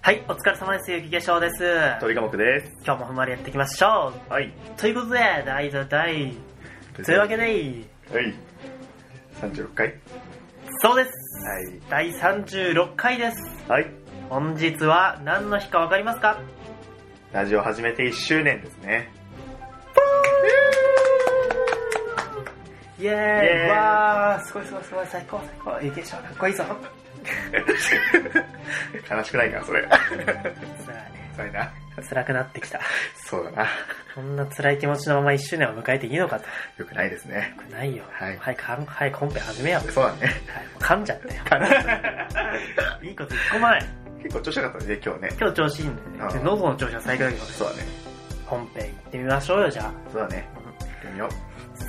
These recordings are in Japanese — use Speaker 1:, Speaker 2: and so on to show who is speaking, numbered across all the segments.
Speaker 1: はい、お疲れ様です。ゆき化粧です。
Speaker 2: 鳥科目です。
Speaker 1: 今日もふんわりやっていきましょう。
Speaker 2: はい。
Speaker 1: ということで、大だ大。というわけで、
Speaker 2: で。はい。36回。
Speaker 1: そうです。第36回です。
Speaker 2: はい。はい。
Speaker 1: 本日は何の日かわかりますか
Speaker 2: ラジオ始めて1周年ですね。
Speaker 1: イエーイ
Speaker 2: エーイ
Speaker 1: わー、すごいすごいすごい、最高最高。ゆき化粧かっこいいぞ。さ
Speaker 2: 悲しくないかな、それ。
Speaker 1: あね、
Speaker 2: そうやな。
Speaker 1: 辛くなってきた。
Speaker 2: そうだな。
Speaker 1: こんな辛い気持ちのまま1周年を迎えていいのかと。
Speaker 2: よくないですね。
Speaker 1: よくないよ。
Speaker 2: はい
Speaker 1: はい、かんはいコンペ始めよう。
Speaker 2: そうだね。
Speaker 1: はい、もう噛んじゃったよ。 いいこと一個もない。
Speaker 2: 結構調子よかったね、今日ね。
Speaker 1: 今日調子いいんだよね。
Speaker 2: うん
Speaker 1: 喉の調子は最高だけどね。
Speaker 2: そうだね。
Speaker 1: 本編行ってみましょうよじゃ
Speaker 2: そうだね。行ってみよう。
Speaker 1: あ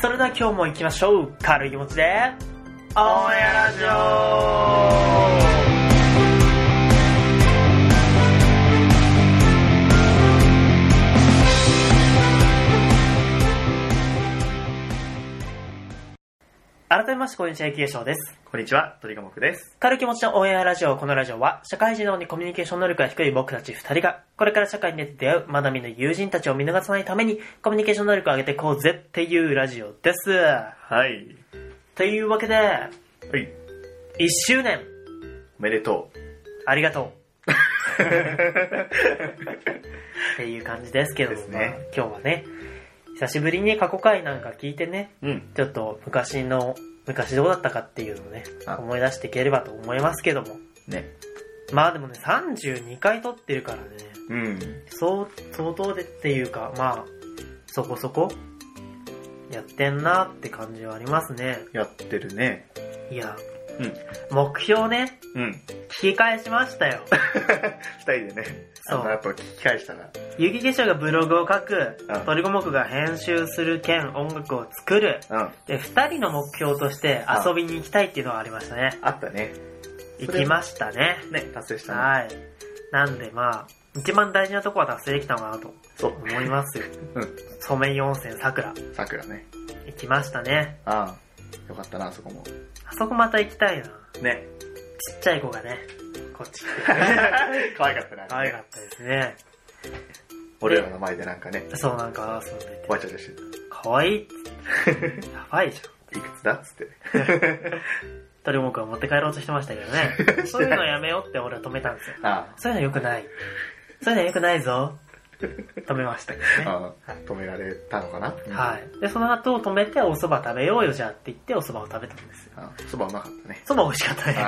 Speaker 1: それでは今日も行きましょう軽い気持ちでオンエアラジオ改めまして、こんにちは、ゆきげしょうです。
Speaker 2: こんにちは、鳥科目です。
Speaker 1: 軽い気持ちのオンエアラジオ、このラジオは、社会人なのにコミュニケーション能力が低い僕たち二人が、これから社会に出て出会う、まだ見ぬ友人たちを見逃さないために、コミュニケーション能力を上げていこうぜっていうラジオです。
Speaker 2: はい。
Speaker 1: というわけで、
Speaker 2: はい。
Speaker 1: 1周年、
Speaker 2: おめでとう。
Speaker 1: ありが とう。っていう感じですけども
Speaker 2: ですね
Speaker 1: 今日はね、久しぶりに過去回なんか聞いてね、
Speaker 2: うん。
Speaker 1: ちょっと昔の、昔どうだったかっていうのをね、
Speaker 2: あ
Speaker 1: 思い出していければと思いますけども。
Speaker 2: ね。
Speaker 1: まあでもね、32回撮ってるからね、
Speaker 2: うん。
Speaker 1: そう、相当でっていうか、まあ、そこそこ、やってんなって感じはありますね。
Speaker 2: やってるね。
Speaker 1: いや、目標ね、
Speaker 2: うん。
Speaker 1: 聞き返しましたよ。
Speaker 2: 二人でね、
Speaker 1: そう
Speaker 2: あの後聞き返したら。
Speaker 1: 雪化粧がブログを書く
Speaker 2: う、ん
Speaker 1: 鳥五目が編集する兼音楽を作る、
Speaker 2: うん。
Speaker 1: で、二人の目標として遊びに行きたいっていうのはありましたね。
Speaker 2: あったね。
Speaker 1: 行きましたね。
Speaker 2: ね、達成したね。
Speaker 1: はい。なんでまあ、一番大事なとこは達成できたのかなと
Speaker 2: そう。
Speaker 1: 思いますよ。
Speaker 2: うん。
Speaker 1: ソメイヨン温泉桜、
Speaker 2: 桜ね。
Speaker 1: 行きましたね。
Speaker 2: ああ、よかったな、あそこも。
Speaker 1: あそこまた行きたいな。ち
Speaker 2: ね。
Speaker 1: っちゃい子がね、こっ ち来て。
Speaker 2: 可愛かったな。
Speaker 1: 可愛かったですね。
Speaker 2: 俺らの前でなんかね、
Speaker 1: そうなんか、遊んでて
Speaker 2: わちゃわちゃして
Speaker 1: 可愛いっつって。やばいじゃん。
Speaker 2: いくつだっつって。
Speaker 1: 鳥もくは持って帰ろうとしてましたけど ね。そういうのやめようって俺は止めたんですよ。
Speaker 2: あ
Speaker 1: そういうの良くない。そういうの良くないぞ。止めましたけど
Speaker 2: あ、
Speaker 1: ね。
Speaker 2: ああ止められたのかな。
Speaker 1: はい。で、その後止めてお蕎麦食べようよじゃあって言ってお蕎麦を食べたんですよ。
Speaker 2: ああ。そばうまかったね。
Speaker 1: 蕎麦美味しかったね。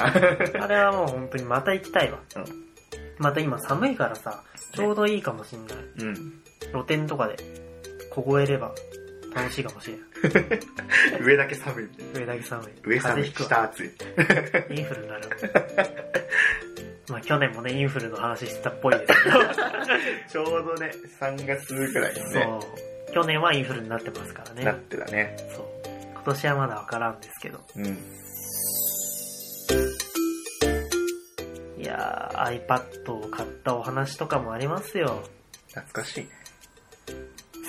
Speaker 2: あ
Speaker 1: あれはもう本当にまた行きたいわ。
Speaker 2: あ
Speaker 1: また今寒いからさ、ちょうどいいかもしんない。
Speaker 2: うん。うん。
Speaker 1: 露店とかで凍えれば楽しいかもしれん。
Speaker 2: 上だけ寒い。
Speaker 1: 上だけ寒い。
Speaker 2: 上寒い、
Speaker 1: 風邪ひくわ
Speaker 2: 下暑い。
Speaker 1: インフルになる。まあ去年もね、インフルの話してたっぽいですけど。
Speaker 2: ちょうどね、3月くらいにね、
Speaker 1: そう。去年はインフルになってますからね
Speaker 2: な。ってたね。
Speaker 1: そう。今年はまだわからんですけど。
Speaker 2: うん。
Speaker 1: いやー、iPad を買ったお話とかもありますよ。
Speaker 2: 懐かしいね。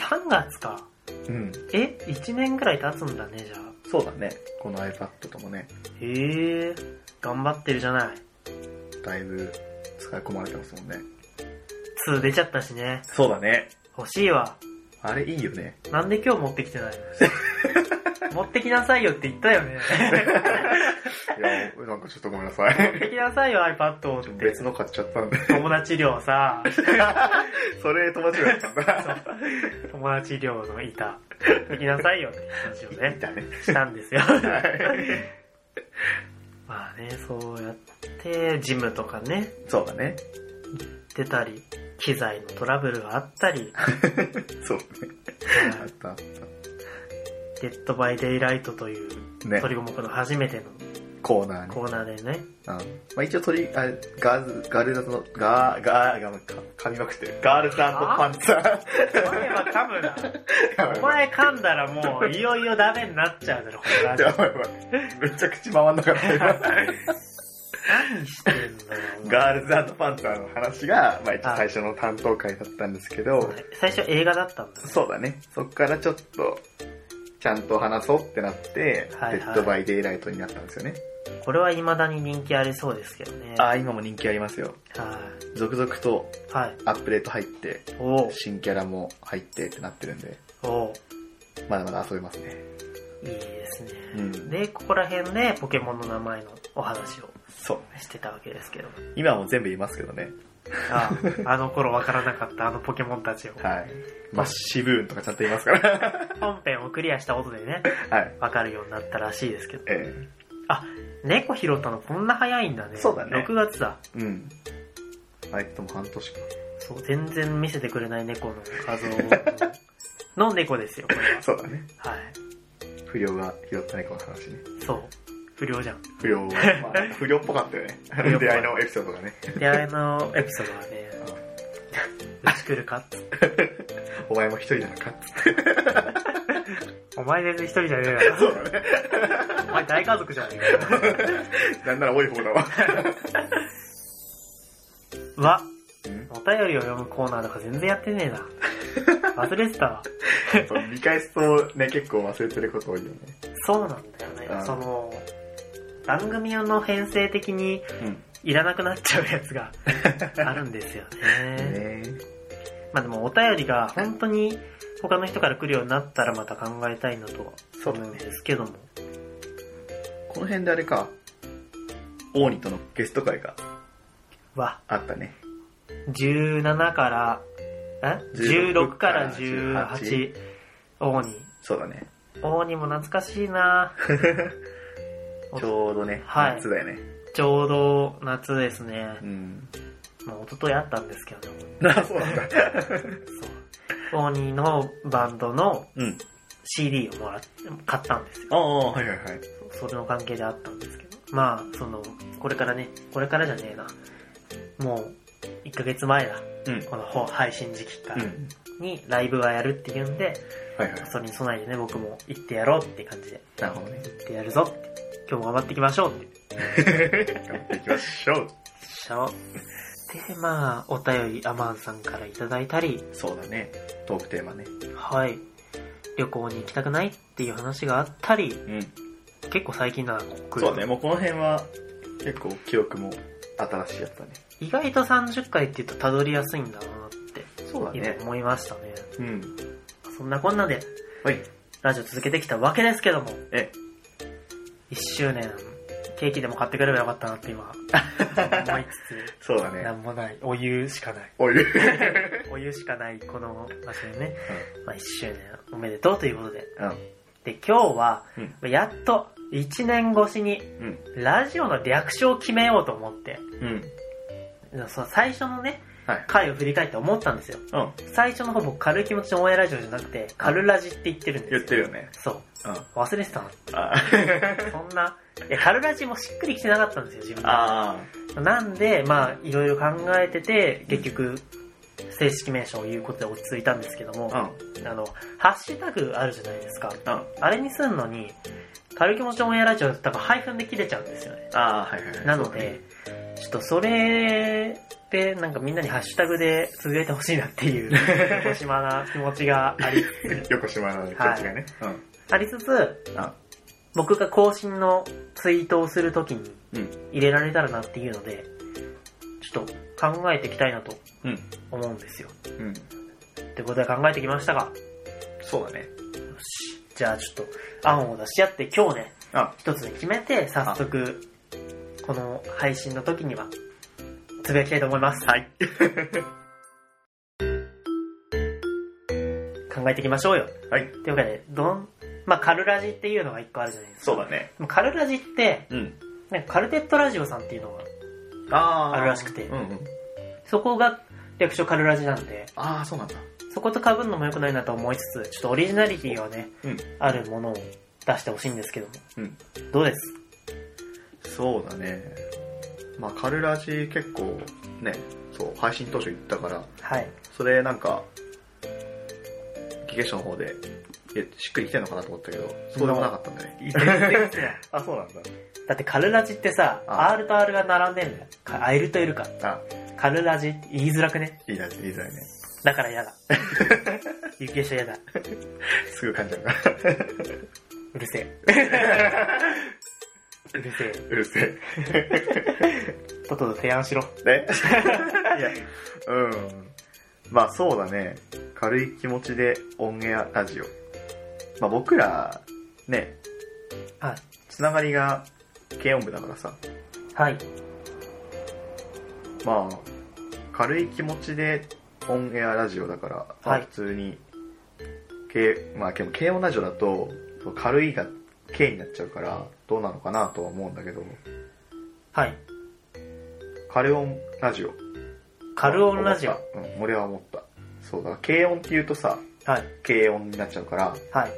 Speaker 1: 3月か。
Speaker 2: うん。
Speaker 1: え ?1 年ぐらい経つんだね、じゃあ。
Speaker 2: そうだね。この iPad ともね、
Speaker 1: へえー、頑張ってるじゃない。
Speaker 2: だいぶ使い込まれてますもんね。
Speaker 1: 2出ちゃったしね。
Speaker 2: そうだね。
Speaker 1: 欲しいわ。
Speaker 2: あれいいよね。
Speaker 1: なんで今日持ってきてないの 持ってきなさいよって言ったよね。
Speaker 2: いや、なんかちょっとごめんなさ
Speaker 1: 持
Speaker 2: い。
Speaker 1: ってきなさいよ iPad をって。
Speaker 2: 別の買っちゃったんで。
Speaker 1: 友達寮さ、
Speaker 2: それ友達だったんだ。
Speaker 1: 友達寮の板、持ってきなさいよって話をね
Speaker 2: い。たね。
Speaker 1: したんですよ。
Speaker 2: はい
Speaker 1: まあね、そうやって、ジムとかね、
Speaker 2: そうだね。
Speaker 1: 出たり、機材のトラブルがあったり、
Speaker 2: そうね。あったあっ
Speaker 1: デッドバイデイライトという、
Speaker 2: た。ね。
Speaker 1: 鳥五目の初めての
Speaker 2: コーナーに。
Speaker 1: コーナーでね、
Speaker 2: うんまあ一応鳥、あガーズ、ガールズの、ガー、ガー、ガー、か噛みまくってる。ガールズパンツァ
Speaker 1: お前は噛むな。お前噛んだらもう、いよいよダメになっちゃう だろ、このラジ
Speaker 2: や
Speaker 1: オ
Speaker 2: ばいやばい。めちゃくちゃ回んなかった今。
Speaker 1: 何してんだよ。お前
Speaker 2: ガールズパンツァーの話が、まあ一応最初の担当会だったんですけど、
Speaker 1: 最初映画だったんだね。
Speaker 2: そうだね。そっからちょっと、ちゃんと話そうってなって、
Speaker 1: はいはい
Speaker 2: デッドバイデイライトになったんですよね。
Speaker 1: これは未だに人気ありそうですけどね。
Speaker 2: ああ、今も人気ありますよ。
Speaker 1: は
Speaker 2: 続々と
Speaker 1: い。はい。
Speaker 2: アップデート入って、
Speaker 1: おう
Speaker 2: 新キャラも入ってってなってるんで、
Speaker 1: おう
Speaker 2: まだまだ遊べますね。
Speaker 1: いいですね。
Speaker 2: うん。
Speaker 1: で、ここら辺でポケモンの名前のお話を
Speaker 2: そう。
Speaker 1: してたわけですけど。
Speaker 2: 今はもう全部言いますけどね。
Speaker 1: ああ、あの頃わからなかったあのポケモンたちを。
Speaker 2: はい。まあ、シブーンとかちゃんと言いますから。
Speaker 1: 本編をクリアしたことでね、
Speaker 2: はい。
Speaker 1: わかるようになったらしいですけど。
Speaker 2: え
Speaker 1: 猫拾ったのこんな早いんだね。
Speaker 2: そうだね
Speaker 1: 6月だ。
Speaker 2: えうん。あいつとも半年か。
Speaker 1: そう、全然見せてくれない猫の画 像の猫ですよ、これ
Speaker 2: そうだね。
Speaker 1: は。はい。
Speaker 2: 不良が拾った猫の話ね。
Speaker 1: そう。不良じゃん。
Speaker 2: 不良、ま あ、不良っぽかったよね。
Speaker 1: 良っぽい
Speaker 2: 出会いのエピソードがね。
Speaker 1: で、あれのエピソードはね、うち来るかって
Speaker 2: お前も一人なのかっつって。
Speaker 1: お前全然一人じゃねえだろ。
Speaker 2: そうだね。
Speaker 1: お前大家族じゃねえ かよ。
Speaker 2: なんなら多い方だわ。
Speaker 1: わ、お便りを読むコーナーとか全然やってねえな。忘れてたわ。
Speaker 2: そう見返すとね、結構忘れてること多いよね。
Speaker 1: そうなんだよね。
Speaker 2: うん
Speaker 1: その、番組の編成的に
Speaker 2: うん。
Speaker 1: いらなくなっちゃうやつ があるんですよね。
Speaker 2: ね
Speaker 1: まあでもお便りが本当に他の人から来るようになったらまた考えたいなとは
Speaker 2: そうだ
Speaker 1: 思
Speaker 2: ね
Speaker 1: うんですけども。
Speaker 2: この辺であれか、オーニとのゲスト会が
Speaker 1: わ、
Speaker 2: あったね。
Speaker 1: 17から、え ?16 から18、王に。
Speaker 2: そうだね。
Speaker 1: 王にも懐かしいな
Speaker 2: ちょうどね、
Speaker 1: はい
Speaker 2: 夏だよね。
Speaker 1: ちょうど夏ですね
Speaker 2: う。ん。
Speaker 1: まあ、一昨日あったんですけども。
Speaker 2: あ、そうなんだ。
Speaker 1: そう。王にのバンドの
Speaker 2: うん。
Speaker 1: CD をもらっ買ったんですよ。
Speaker 2: ああ、はいはいはい。
Speaker 1: それの関係であったんですけど。まあ、その、これからね、これからじゃねえな。もう、1ヶ月前だ。
Speaker 2: うん。
Speaker 1: このほ配信時期か
Speaker 2: う
Speaker 1: ら
Speaker 2: ん。
Speaker 1: にライブはやるっていうんで、
Speaker 2: はいはい。
Speaker 1: それに備えてね、僕も行ってやろうって感じで、
Speaker 2: なるほどね。
Speaker 1: 行ってやるぞって、今日も頑張っていきましょうって。
Speaker 2: 頑張っていきましょう。
Speaker 1: しょ。で、まあ、お便りアマンさんからいただいたり、
Speaker 2: そうだね。トークテーマね。
Speaker 1: はい。旅行に行きたくないっていう話があったり、
Speaker 2: うん。
Speaker 1: 結構最近な、こ
Speaker 2: そうだね。もうこの辺は結構記憶も新しいやつだね。
Speaker 1: 意外と30回って言うとたどりやすいんだなって、
Speaker 2: そうだ
Speaker 1: 今
Speaker 2: ね。
Speaker 1: 思いましたね。
Speaker 2: うん。
Speaker 1: そんなこんなで、
Speaker 2: はい。
Speaker 1: ラジオ続けてきたわけですけども、
Speaker 2: え
Speaker 1: 1周年、ケーキでも買ってくればよかったなって今、思いつ
Speaker 2: そうだ
Speaker 1: つ、
Speaker 2: ね
Speaker 1: な。んもない、お湯しかない。
Speaker 2: おい。
Speaker 1: お湯しかない、この場所でね、まあ、1周年おめでとうということで。
Speaker 2: う
Speaker 1: で、今日は、
Speaker 2: うん
Speaker 1: やっと1年越しに、
Speaker 2: ん。うん。
Speaker 1: ラジオの略称を決めようと思って、
Speaker 2: うん。
Speaker 1: その最初のね、
Speaker 2: はい。
Speaker 1: 回を振り返って思ったんですよ。
Speaker 2: うん。
Speaker 1: 最初の方僕軽い気持ちのオンエアラジオじゃなくて、軽ラジって言ってるんですよ。
Speaker 2: 言ってるよね。
Speaker 1: そう。
Speaker 2: うん。
Speaker 1: 忘れてたの。
Speaker 2: あ
Speaker 1: そんな、いや、軽ラジもしっくりきてなかったんですよ、自分で。
Speaker 2: あ
Speaker 1: なんで、まあ、いろいろ考えてて、結局、正式名称を言うことで落ち着いたんですけども、
Speaker 2: ー。
Speaker 1: あの、ハッシュタグあるじゃないですか。
Speaker 2: うん。うん。
Speaker 1: あれにすんのに、軽い気持ちのオンエアラジオって多分配分で切れちゃうんですよね。
Speaker 2: ああ、はいはいはい。
Speaker 1: なので、ちょっとそれで、なんかみんなにハッシュタグでつぶやいてほしいなっていう、 横島な気持ちがあり
Speaker 2: そうだね、横島の気持ちがね。
Speaker 1: ありつつ、
Speaker 2: うん。あ
Speaker 1: 僕が更新のツイートをするときに
Speaker 2: うん。
Speaker 1: 入れられたらなっていうので、ちょっと考えていきたいなと
Speaker 2: うん。
Speaker 1: 思うんですよ。
Speaker 2: うん。
Speaker 1: ってことで考えてきましたが、
Speaker 2: そうだね。
Speaker 1: よし。じゃあちょっと案を出し合って今日ね、
Speaker 2: あ、
Speaker 1: 一つに決めて、早速、この配信の時には、つぶやきたいと思います。はい。 考えていきましょうよ。
Speaker 2: はい。
Speaker 1: というわけで、どん、まあ、カルラジっていうのが一個あるじゃないですか。
Speaker 2: そうだね。
Speaker 1: でもカルラジって、
Speaker 2: うん。
Speaker 1: なんかカルテットラジオさんっていうのが、
Speaker 2: ああ
Speaker 1: あるらしくて
Speaker 2: うんうん。
Speaker 1: そこが略称カルラジなんで、
Speaker 2: ああ、そうなんだ。
Speaker 1: そこと被るのも良くないなと思いつつ、ちょっとオリジナリティがね、
Speaker 2: うん。
Speaker 1: あるものを出してほしいんですけども。
Speaker 2: うん。
Speaker 1: どうです
Speaker 2: そうだね。まあ、カルラジ結構、ね、そう、配信当初行ったから、
Speaker 1: はい。
Speaker 2: それなんか、アプリケーションの方で、いやしっくりきてんのかなと思ったけど、そうでもなかったんだね。 あ、そうなんだ。
Speaker 1: だってカルラジってさ、
Speaker 2: あ
Speaker 1: R と R が並んでんだよ。かアイルとイルか。
Speaker 2: あ、
Speaker 1: カルラジって言いづらくね。
Speaker 2: いいだ、いいだよね。
Speaker 1: だから 嫌だ。有権者嫌だ。
Speaker 2: すぐ噛んじゃうから。
Speaker 1: うるせ え。うるせえ。
Speaker 2: うるせえ。
Speaker 1: とっとと提案しろ。
Speaker 2: ね いや、うん。まあそうだね。軽い気持ちでオンエアラジオ。まあ僕ら、ね、
Speaker 1: はい。
Speaker 2: つながりが軽音部だからさ。
Speaker 1: はい。
Speaker 2: まあ、軽い気持ちでオンエアラジオだから、まあ
Speaker 1: はい
Speaker 2: 普通に、軽、まあでも軽音ラジオだと、軽いが軽になっちゃうから、どうなのかなとは思うんだけど、
Speaker 1: はい。
Speaker 2: 軽音ラジオ。
Speaker 1: カルオンラジオ。
Speaker 2: うん、俺は思った。そうだ、軽音って言うとさ、
Speaker 1: はい。
Speaker 2: 軽音になっちゃうから、
Speaker 1: はい。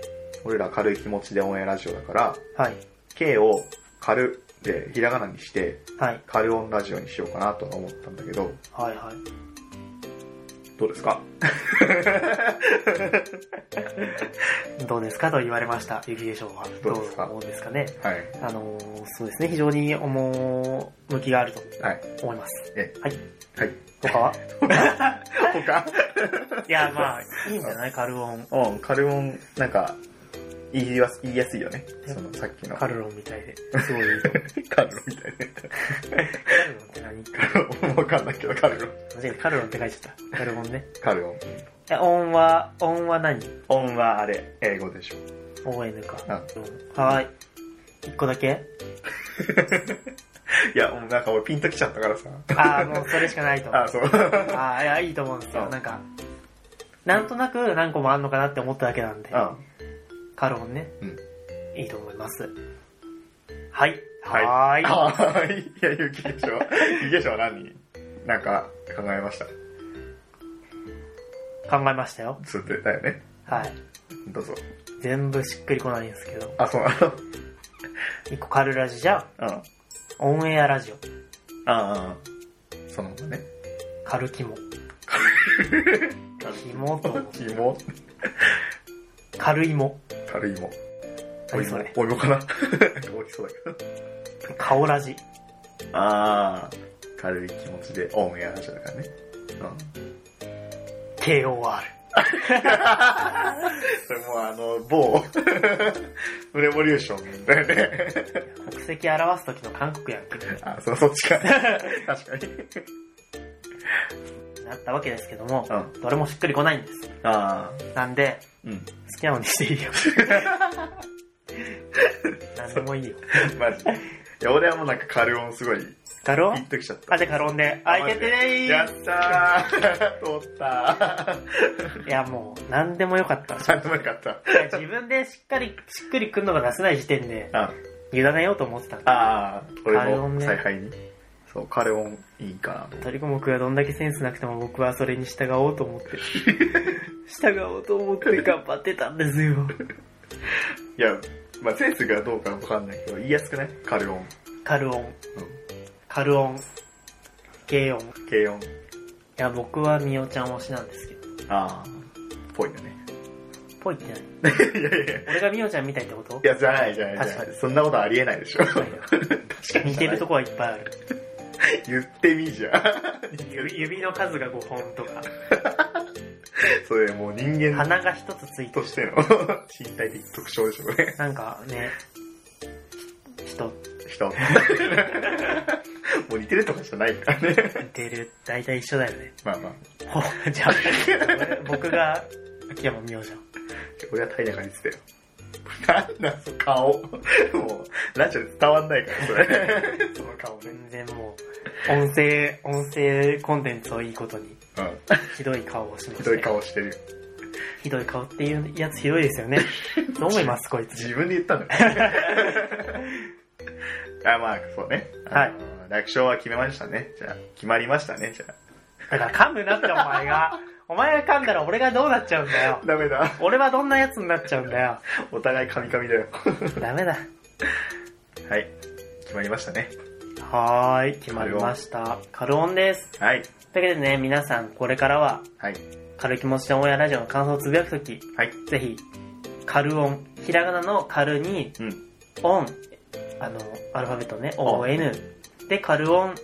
Speaker 2: 俺ら軽い気持ちでオンエアラジオだから、
Speaker 1: はい。
Speaker 2: K を軽でひらがなにして、
Speaker 1: はい。
Speaker 2: 軽音ラジオにしようかなとは思ったんだけど、
Speaker 1: はい。はい。
Speaker 2: どうですか
Speaker 1: どうですかと言われました、雪化粧は。
Speaker 2: どうですか
Speaker 1: ど思うんですかね。
Speaker 2: はい。
Speaker 1: あのーそうですね、非常に重きがあると
Speaker 2: はい。
Speaker 1: 思い ます。
Speaker 2: え
Speaker 1: はい。
Speaker 2: はい。
Speaker 1: 他は
Speaker 2: 他
Speaker 1: いや、まあ、いいんじゃないカルオン。
Speaker 2: うん、軽音、なんか、言いやす言いやすいよね。そのさっきの。
Speaker 1: カルロンみたいで。すごいいいと思う。
Speaker 2: 軽音みたい
Speaker 1: カルロンって何
Speaker 2: な。わかんないけど、軽音。
Speaker 1: 間違えたカルロンって書いちゃった。カルオンね。
Speaker 2: 軽音。
Speaker 1: え、音は、音は何
Speaker 2: 音はあれ、英語でしょ。
Speaker 1: ?ON か。
Speaker 2: うん
Speaker 1: うんはーい。一個だけ
Speaker 2: いや、もうなんか俺ピンときちゃったからさ。
Speaker 1: ああ、もうそれしかないと。あ
Speaker 2: あ、そう。
Speaker 1: あー、いや、いいと思うんですよ。
Speaker 2: うん
Speaker 1: なんか、なんとなく何個もあんのかなって思っただけなんで。
Speaker 2: うん。
Speaker 1: カロンね。
Speaker 2: うん
Speaker 1: いいと思います。はい。
Speaker 2: はい
Speaker 1: はーい。
Speaker 2: はーい。いや、ゆきでしょ。ゆきでしょは何なんか考えました。
Speaker 1: 考えましたよ。
Speaker 2: つってだよね。
Speaker 1: はい。
Speaker 2: どうぞ。
Speaker 1: 全部しっくりこないんですけど。
Speaker 2: あ、そうな
Speaker 1: 一個カルラジじゃん。
Speaker 2: のうん。
Speaker 1: オンエアラジオ。
Speaker 2: ああ。そのままね。
Speaker 1: カルキモ。キモと、
Speaker 2: キモ
Speaker 1: カルイモ。
Speaker 2: 軽いも。お
Speaker 1: 何
Speaker 2: 芋
Speaker 1: それ。
Speaker 2: お芋かななんかおいしそうだけ
Speaker 1: カオラジ。
Speaker 2: ど。ああ。軽い気持ちでオンエアラジオだからね。うん。
Speaker 1: KOR。
Speaker 2: それもうあの、某、レボリューションだよ ね。
Speaker 1: 国籍表す時の韓国やんけ。
Speaker 2: あ、そう、そっちか。 確かに。
Speaker 1: なったわけですけども
Speaker 2: う、ん。
Speaker 1: どれもしっくりこないんです。
Speaker 2: ああ。
Speaker 1: なんで、
Speaker 2: うん。
Speaker 1: 好きなのにしていいよ。何でもいいよ。
Speaker 2: マジで。いや、俺はもうなんか軽音すごい、
Speaker 1: カロ
Speaker 2: ピ
Speaker 1: ン
Speaker 2: ンときちゃった。
Speaker 1: あ、じゃあカロンで。あ、いけてね
Speaker 2: やったー 通った
Speaker 1: いや、もう、何でもよかった。
Speaker 2: ー なんともよかった。
Speaker 1: 自分でしっかり、しっくりくるのが出せない時点で、
Speaker 2: あ、
Speaker 1: 委ねようと思ってたんだ。
Speaker 2: あー、こ
Speaker 1: カ
Speaker 2: れ
Speaker 1: レオン
Speaker 2: も
Speaker 1: ね
Speaker 2: 采配に。そう、カレオンいいかなと思っ
Speaker 1: トリコモクはどんだけセンスなくても僕はそれに従おうと思ってる。従おうと思って頑張ってたんですよ。
Speaker 2: て。いや、まあセンスがどうかわかんないけど、言いやすくないカレオン。
Speaker 1: カルオン、カルオン、軽音。い
Speaker 2: うん。軽音。
Speaker 1: や、僕はミオちゃん推しなんですけど。
Speaker 2: あー、ぽいよね。
Speaker 1: ぽいってない。
Speaker 2: いやいやい
Speaker 1: 俺がミオちゃんみたいってこと
Speaker 2: や、じゃないじゃないじゃ
Speaker 1: 確
Speaker 2: な
Speaker 1: か
Speaker 2: い。そんなことありえないでしょ。
Speaker 1: 似てるとこはいっぱいある。
Speaker 2: 言ってみじゃん。 似てる
Speaker 1: 指指の数が5本とか、
Speaker 2: それもう人間
Speaker 1: 鼻が1つついて
Speaker 2: と
Speaker 1: る。
Speaker 2: しての 身体的特徴でしょ、これ。
Speaker 1: なんかね、ひ人
Speaker 2: 人。 もう似てるとかじゃないからね。
Speaker 1: 似てる、大体一緒だよね。
Speaker 2: まあま
Speaker 1: ほ
Speaker 2: あ、
Speaker 1: じゃあ、俺僕が秋山美桜じゃん。
Speaker 2: 俺は体内が似てたよ。なんだ、その顔。 もう、ラジオで伝わんないから、それ。その顔ね。
Speaker 1: 全然もう、音声、音声コンテンツをいいことに、
Speaker 2: うん。
Speaker 1: ひどい顔をしま
Speaker 2: ひ
Speaker 1: す
Speaker 2: ど
Speaker 1: ね
Speaker 2: い。顔してるよ。
Speaker 1: ひどい顔っていうやつひどいですよね。どう思います こいつ。
Speaker 2: 自分で言ったんだよ。あ、まあ、そうね。
Speaker 1: はい
Speaker 2: あの。楽勝は決めましたね。じゃあ、決まりましたね、じゃあ。
Speaker 1: だから噛むなってお前が。お前が噛んだら俺がどうなっちゃうんだよ。
Speaker 2: ダメだ。
Speaker 1: 俺はどんなやつになっちゃうんだよ。
Speaker 2: お互いカミカミだよ。
Speaker 1: ダメだ。
Speaker 2: はい。決まりましたね。
Speaker 1: はーい、決まりました。カルオンです。
Speaker 2: はい。
Speaker 1: というわけでね、皆さんこれからは、
Speaker 2: はい。
Speaker 1: 軽い気持ちでオンエアラジオの感想をつぶやくとき、
Speaker 2: はい。
Speaker 1: ぜひ、カルオン、ひらがなのカルに、
Speaker 2: うん。
Speaker 1: オン、あの、アルファベットね、
Speaker 2: オン
Speaker 1: ON で、カルオンっ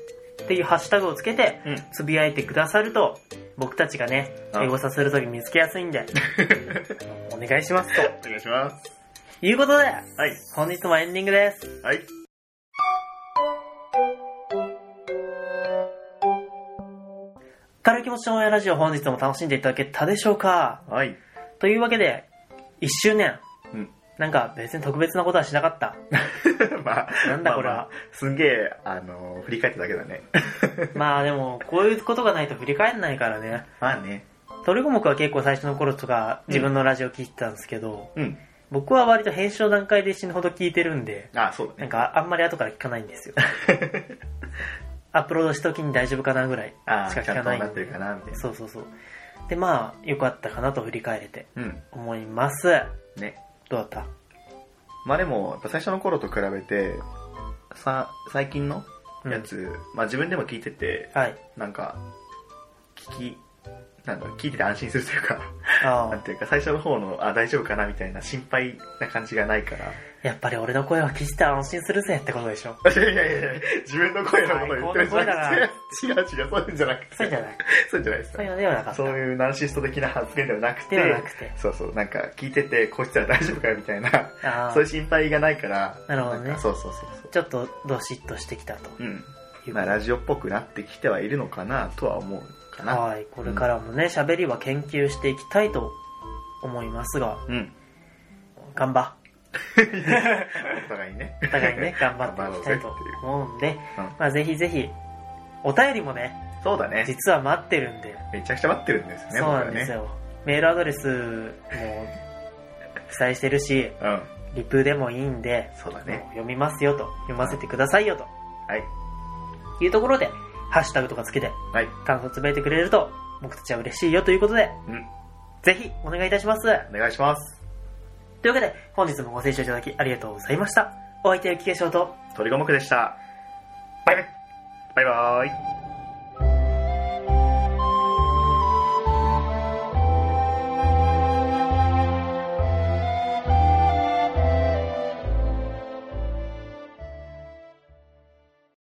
Speaker 1: ていうハッシュタグをつけて、
Speaker 2: うん。
Speaker 1: つぶやいてくださると、僕たちがね、
Speaker 2: あ
Speaker 1: エゴサするとき見つけやすい んで、お願いしますと。
Speaker 2: お願いします。
Speaker 1: いうことで、
Speaker 2: はい。
Speaker 1: 本日もエンディングです。
Speaker 2: はい。
Speaker 1: 軽い気持ちの親ラジオ本日も楽しんでいただけたでしょうか
Speaker 2: はい。
Speaker 1: というわけで、1周年。
Speaker 2: うん
Speaker 1: なんか別に特別なことはしなかった。
Speaker 2: まあ、
Speaker 1: なんだこれ
Speaker 2: まあまあすんげえ、あのー振り返っただけだね。
Speaker 1: まあでも、こういうことがないと振り返んないからね。
Speaker 2: まあね。
Speaker 1: トリコモクは結構最初の頃とか
Speaker 2: うん
Speaker 1: 自分のラジオ聞いてたんですけど、
Speaker 2: うん。
Speaker 1: 僕は割と編集の段階で死ぬほど聞いてるんで、
Speaker 2: あ、そうだ
Speaker 1: なん
Speaker 2: ね。
Speaker 1: かあんまり後から聞かないん ですよ。アップロードしときに大丈夫かなぐらいし
Speaker 2: あ
Speaker 1: か
Speaker 2: ーち
Speaker 1: 聞
Speaker 2: ゃ
Speaker 1: か
Speaker 2: んと
Speaker 1: ない
Speaker 2: なんって
Speaker 1: で。
Speaker 2: るかな、みたいな。
Speaker 1: そうそうそう。で、まあ、良かったかなと振り返れて
Speaker 2: うん。
Speaker 1: 思います。
Speaker 2: ね。
Speaker 1: どうだった
Speaker 2: まあでも、やっぱ最初の頃と比べて、さ、最近の
Speaker 1: うん
Speaker 2: やつ、まあ自分でも聞いてて、
Speaker 1: はい。
Speaker 2: なんか、聞き、なんだろう、聞いてて安心するというか、
Speaker 1: あ
Speaker 2: なんていうか、最初の方の、あ、大丈夫かなみたいな心配な感じがないから。
Speaker 1: あ、やっぱり俺の声は聞いてたら安心するぜってことでしょ。
Speaker 2: いやいやいや自分の声のことを言ってるんじゃなくて、違う違う、そういうんじゃなくて、
Speaker 1: そうじゃない。
Speaker 2: そうじゃないです
Speaker 1: そういう
Speaker 2: か。
Speaker 1: のではなかった。
Speaker 2: そういうナルシスト的な発言ではなく
Speaker 1: ではな
Speaker 2: て、
Speaker 1: くて。
Speaker 2: そうそう、なんか聞いてて、こいつら大丈夫かよみたいな、
Speaker 1: あ
Speaker 2: そう
Speaker 1: あ
Speaker 2: いう、心配がないから、
Speaker 1: なるほどね
Speaker 2: んかそうそうそうそう。
Speaker 1: ちょっとドシッとしてきたと
Speaker 2: うん。
Speaker 1: いう
Speaker 2: まあ、ラジオっぽくなってきてはいるのかなとは思うかな。
Speaker 1: はい、これからもね、喋りは研究していきたいと思いますが、
Speaker 2: うん。
Speaker 1: 頑張。
Speaker 2: お互いにね。
Speaker 1: お互い ね、頑張っていきたいと思うんで、
Speaker 2: うん
Speaker 1: まあぜひぜひ、お便りもね、
Speaker 2: そうだね。
Speaker 1: 実は待ってるんで、
Speaker 2: めちゃくちゃ待ってるんですよね、
Speaker 1: そうなんです
Speaker 2: 僕
Speaker 1: よ。メールアドレスも記載してるし、
Speaker 2: らね。
Speaker 1: リプでもいいんで
Speaker 2: うん。、そうだね。
Speaker 1: 読みますよと、読ませてくださいよと
Speaker 2: はい。
Speaker 1: いうところで、ハッシュタグとかつけて
Speaker 2: はい。
Speaker 1: 感想つぶやいてくれると、僕たちは嬉しいよということで、
Speaker 2: うん。
Speaker 1: ぜひお願いいたします。
Speaker 2: お願いします。
Speaker 1: というわけで、本日もご清聴いただきありがとうございました。お相手は雪化粧と、
Speaker 2: 鳥五目でした。バイバイ。バイバイ。